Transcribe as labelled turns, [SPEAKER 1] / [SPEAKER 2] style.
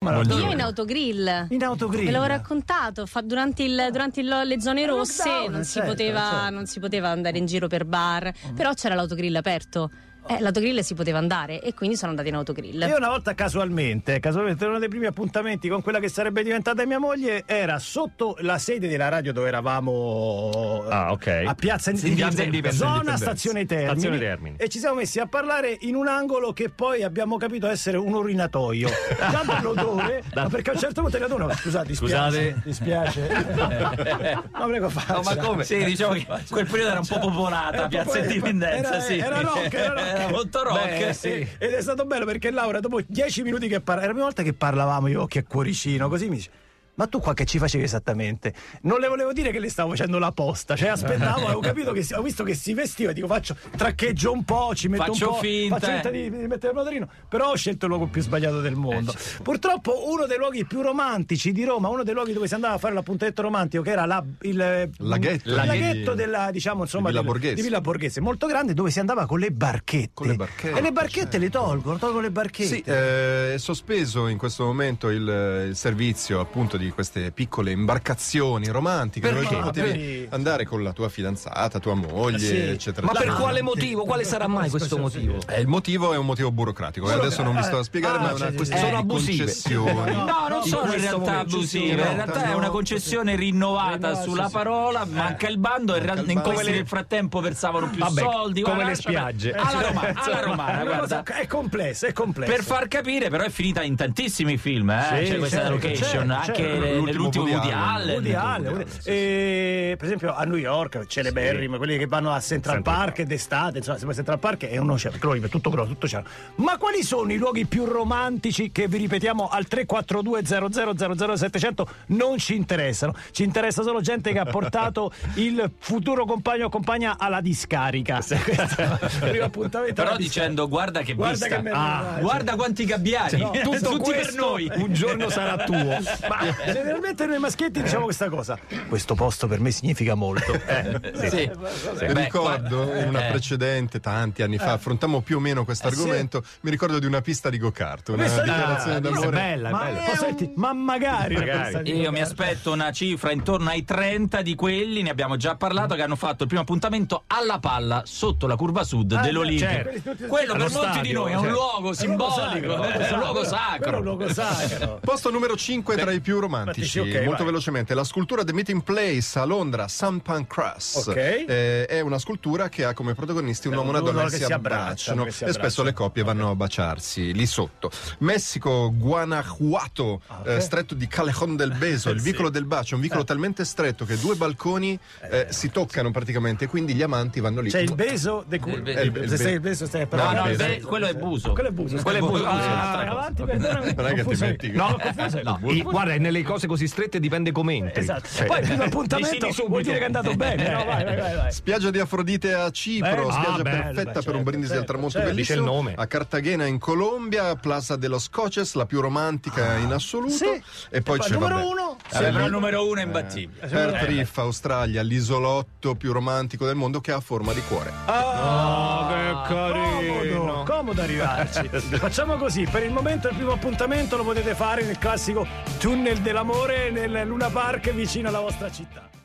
[SPEAKER 1] Ma
[SPEAKER 2] Buongiorno.
[SPEAKER 1] allora-
[SPEAKER 3] Io in autogrill.
[SPEAKER 1] In autogrill.
[SPEAKER 3] Ve l'avevo raccontato, fa- durante, il- durante il- le zone
[SPEAKER 1] Il
[SPEAKER 3] rosse
[SPEAKER 1] lockdown,
[SPEAKER 3] non, si
[SPEAKER 1] Eh, certo,
[SPEAKER 3] poteva,
[SPEAKER 1] certo. Mm.
[SPEAKER 3] non si poteva andare in giro per bar, però c'era l'autogrill aperto. Eh, l'autogrill si poteva andare e quindi sono andati in autogrill.
[SPEAKER 1] Io una volta casualmente, casualmente, uno dei primi appuntamenti con quella che sarebbe diventata mia moglie era sotto la sede della radio dove eravamo
[SPEAKER 2] Ah, ok.
[SPEAKER 1] a Piazza
[SPEAKER 2] Sì, Piazza
[SPEAKER 1] Indipendenza,
[SPEAKER 2] Indipendenza.
[SPEAKER 1] zona Stazione Termini,
[SPEAKER 2] Stazione Termini.
[SPEAKER 1] e ci siamo messi a parlare in un angolo che poi abbiamo capito essere un orinatoio, già dall'odore,
[SPEAKER 2] Da-
[SPEAKER 1] ma perché a un certo punto era uno, scusate, dispiace,
[SPEAKER 2] Scusate.
[SPEAKER 1] dispiace. no, prego faccia.
[SPEAKER 2] No, ma come?
[SPEAKER 4] Sì, diciamo che quel periodo era un po' popolata, Piazza Indipendenza,
[SPEAKER 1] Ecco era,
[SPEAKER 4] sì.
[SPEAKER 1] era rock, era rock.
[SPEAKER 4] molto rock.
[SPEAKER 2] Beh, sì.
[SPEAKER 1] Ed è stato bello perché Laura, dopo dieci minuti che parlava, era la prima volta che parlavamo io occhi a cuoricino, così mi dice. Ma tu qua che ci facevi esattamente? Non le volevo dire che le stavo facendo la posta, cioè aspettavo, avevo capito che si- ho visto che si vestiva, dico faccio traccheggio un po', ci metto
[SPEAKER 4] Faccio
[SPEAKER 1] un po',
[SPEAKER 4] finta,
[SPEAKER 1] faccio finta
[SPEAKER 4] eh.
[SPEAKER 1] di, di mettere il motorino, però ho scelto il luogo più sbagliato del mondo. Purtroppo uno dei luoghi più romantici di Roma, uno dei luoghi dove si andava a fare l'appuntamento romantico, che era la- il
[SPEAKER 5] Laghetto.
[SPEAKER 1] il laghetto
[SPEAKER 5] Di-
[SPEAKER 1] della, diciamo, insomma,
[SPEAKER 5] di Villa
[SPEAKER 1] del-
[SPEAKER 5] Borghese.
[SPEAKER 1] di Villa Borghese, molto grande, dove si andava con le barchette.
[SPEAKER 5] Con le barchette,
[SPEAKER 1] E le barchette
[SPEAKER 5] certo.
[SPEAKER 1] le tolgono, tolgono le barchette.
[SPEAKER 5] Sì, eh, è sospeso in questo momento il, il servizio appunto di queste piccole imbarcazioni romantiche
[SPEAKER 1] Perché?
[SPEAKER 5] dove tu potevi
[SPEAKER 1] Per-
[SPEAKER 5] andare con la tua fidanzata, tua moglie,
[SPEAKER 1] Sì.
[SPEAKER 5] eccetera.
[SPEAKER 4] Ma per
[SPEAKER 5] eccetera.
[SPEAKER 4] quale motivo? Quale sarà mai questo motivo?
[SPEAKER 5] Eh, il motivo è un motivo burocratico, eh, adesso non vi sto a spiegare,
[SPEAKER 1] Ah,
[SPEAKER 5] ma è
[SPEAKER 1] sì, sì,
[SPEAKER 5] una
[SPEAKER 1] sì.
[SPEAKER 5] questione
[SPEAKER 4] Sono
[SPEAKER 5] di
[SPEAKER 4] abusive.
[SPEAKER 5] concessioni.
[SPEAKER 1] No, no,
[SPEAKER 4] No, non sono in
[SPEAKER 1] questo
[SPEAKER 4] realtà
[SPEAKER 1] momento, sì,
[SPEAKER 4] abusive,
[SPEAKER 5] no,
[SPEAKER 4] in realtà è
[SPEAKER 5] no,
[SPEAKER 4] una
[SPEAKER 5] sì,
[SPEAKER 4] concessione rinnovata
[SPEAKER 1] Rinnovata,
[SPEAKER 4] sulla
[SPEAKER 1] sì, sì.
[SPEAKER 4] parola, manca il bando, in realtà
[SPEAKER 5] il
[SPEAKER 4] in
[SPEAKER 5] bando.
[SPEAKER 4] questi
[SPEAKER 5] Come le-
[SPEAKER 4] nel frattempo versavano più
[SPEAKER 2] Vabbè,
[SPEAKER 4] soldi.
[SPEAKER 2] come
[SPEAKER 4] guarda,
[SPEAKER 2] le
[SPEAKER 4] lascia perdere.
[SPEAKER 2] spiagge.
[SPEAKER 4] Alla romana, alla
[SPEAKER 1] È
[SPEAKER 4] romana,
[SPEAKER 1] una cosa-
[SPEAKER 4] guarda.
[SPEAKER 1] è complesso, è complesso.
[SPEAKER 4] Per far capire, però, è finita in tantissimi film, eh?
[SPEAKER 1] Sì,
[SPEAKER 4] C'è questa
[SPEAKER 1] certo,
[SPEAKER 4] location,
[SPEAKER 1] certo,
[SPEAKER 4] anche
[SPEAKER 1] certo.
[SPEAKER 4] nell'ultimo Woody Allen.
[SPEAKER 1] Woody Allen, Woody-
[SPEAKER 5] sì, sì.
[SPEAKER 1] e, eh, per esempio a New York celeberrimo quelli che vanno a Central,
[SPEAKER 2] Central
[SPEAKER 1] Park, d'estate insomma se vai a Central Park è un oceano quello lì è tutto grosso tutto oceano ma quali sono i luoghi più romantici che vi ripetiamo al 342 00 700 non ci interessano ci interessa solo gente che ha portato il futuro compagno o compagna alla discarica Questo è il primo appuntamento
[SPEAKER 4] Però
[SPEAKER 1] alla discarica.
[SPEAKER 4] dicendo, guarda che
[SPEAKER 1] Guarda
[SPEAKER 4] vista.
[SPEAKER 1] che meraviglia,
[SPEAKER 4] Ah, cioè,
[SPEAKER 1] cioè.
[SPEAKER 4] guarda quanti gabbiani.
[SPEAKER 1] No,
[SPEAKER 4] Tutti
[SPEAKER 1] tutto
[SPEAKER 4] per
[SPEAKER 1] questo-
[SPEAKER 4] noi.
[SPEAKER 2] Un giorno sarà tuo.
[SPEAKER 1] Ma generalmente noi maschietti diciamo questa cosa. Questo posto per me significa molto. eh.
[SPEAKER 4] Sì.
[SPEAKER 5] Mi
[SPEAKER 4] Beh,
[SPEAKER 5] ricordo
[SPEAKER 4] qua-
[SPEAKER 5] in una
[SPEAKER 4] eh.
[SPEAKER 5] precedente, tanti anni fa, affrontammo più o meno questo
[SPEAKER 1] Eh, sì.
[SPEAKER 5] argomento. Mi ricordo di una pista di go-kart, una
[SPEAKER 4] Eh,
[SPEAKER 1] Questa-
[SPEAKER 5] dichiarazione
[SPEAKER 1] ah,
[SPEAKER 5] d'amore.
[SPEAKER 2] È bella, è
[SPEAKER 1] ma,
[SPEAKER 2] bella.
[SPEAKER 1] ma senti, ma magari,
[SPEAKER 2] Magari.
[SPEAKER 1] la persona di
[SPEAKER 4] Io mi
[SPEAKER 1] Luca-
[SPEAKER 4] aspetto una cifra intorno ai 30 di quelli, ne abbiamo già parlato, che hanno fatto il primo appuntamento alla palla sotto la curva sud
[SPEAKER 1] Ah,
[SPEAKER 4] dell'Olimpia.
[SPEAKER 1] certo.
[SPEAKER 4] Quello
[SPEAKER 2] Allo
[SPEAKER 4] per molti di
[SPEAKER 2] stadio,
[SPEAKER 4] noi è un
[SPEAKER 2] cioè.
[SPEAKER 4] luogo
[SPEAKER 1] È un luogo
[SPEAKER 4] simbolico,
[SPEAKER 1] sacro,
[SPEAKER 4] è un luogo
[SPEAKER 1] quello è
[SPEAKER 4] sacro.
[SPEAKER 1] un luogo sacro.
[SPEAKER 5] Posto numero 5 tra i più romantici,
[SPEAKER 1] Romantici, ok,
[SPEAKER 5] molto
[SPEAKER 1] vai.
[SPEAKER 5] velocemente, la scultura The Meeting Place a Londra, St. Pancras.
[SPEAKER 1] Ok.
[SPEAKER 5] Eh, è una scultura che ha come protagonisti un
[SPEAKER 1] Eh,
[SPEAKER 5] uomo e una
[SPEAKER 1] un
[SPEAKER 5] donna
[SPEAKER 1] uomo
[SPEAKER 5] che
[SPEAKER 1] che
[SPEAKER 5] si
[SPEAKER 1] si abbracciano,
[SPEAKER 5] abbracciano
[SPEAKER 1] che si
[SPEAKER 5] e spesso
[SPEAKER 1] abbracciano.
[SPEAKER 5] le coppie vanno a baciarsi lì sotto. Messico, Guanajuato,
[SPEAKER 1] Ah, ok.
[SPEAKER 5] eh, stretto di Calejón del Beso, il
[SPEAKER 1] Sì. Eh.
[SPEAKER 5] vicolo del bacio, un vicolo talmente stretto che due balconi eh, si toccano praticamente, quindi gli amanti vanno lì.
[SPEAKER 1] C'è il beso de culo.
[SPEAKER 4] Il be-
[SPEAKER 1] Eh,
[SPEAKER 5] il be-
[SPEAKER 1] Se sei il beso stai
[SPEAKER 4] No,
[SPEAKER 1] parlando.
[SPEAKER 4] no,
[SPEAKER 5] il
[SPEAKER 4] be- quello è buso.
[SPEAKER 1] Quello è buso.
[SPEAKER 4] Quello è buso,
[SPEAKER 1] Ah,
[SPEAKER 4] buso,
[SPEAKER 1] vai
[SPEAKER 4] buso.
[SPEAKER 1] avanti, perdonami.
[SPEAKER 5] Non è che ti
[SPEAKER 1] Confuso.
[SPEAKER 5] metti-
[SPEAKER 1] No, confuso.
[SPEAKER 2] No, i- guarda, è nelle cose così strette dipende come entri.
[SPEAKER 1] Esatto.
[SPEAKER 2] Cioè,
[SPEAKER 1] Poi il primo
[SPEAKER 2] decidi
[SPEAKER 1] appuntamento
[SPEAKER 2] subito.
[SPEAKER 1] vuol dire che è andato
[SPEAKER 4] Eh,
[SPEAKER 1] bene. No, vai, vai, vai, vai.
[SPEAKER 5] Spiaggia di Afrodite a Cipro,
[SPEAKER 1] Bello.
[SPEAKER 5] spiaggia
[SPEAKER 2] Ah, bello,
[SPEAKER 5] perfetta
[SPEAKER 1] beh,
[SPEAKER 5] per un
[SPEAKER 1] certo,
[SPEAKER 5] brindisi al
[SPEAKER 1] certo,
[SPEAKER 5] tramonto
[SPEAKER 1] certo.
[SPEAKER 2] Dice il
[SPEAKER 5] bellissimo.
[SPEAKER 2] nome.
[SPEAKER 5] A Cartagena in Colombia, Plaza de los Coches, la più romantica in assoluto.
[SPEAKER 1] Ah, Sì.
[SPEAKER 5] E poi
[SPEAKER 1] E poi
[SPEAKER 5] c'è
[SPEAKER 1] numero
[SPEAKER 5] vabbè,
[SPEAKER 1] uno.
[SPEAKER 5] c'è
[SPEAKER 4] Vabbè, però
[SPEAKER 5] lì-
[SPEAKER 4] il numero uno è imbattibile.
[SPEAKER 5] Eh, Perth Reef, Australia, l'isolotto più romantico del mondo che ha forma di cuore.
[SPEAKER 2] Oh, che
[SPEAKER 1] Ah, Comodo, comodo arrivarci. Facciamo così, per il momento il primo appuntamento lo potete fare nel classico tunnel dell'amore nel Luna Park vicino alla vostra città.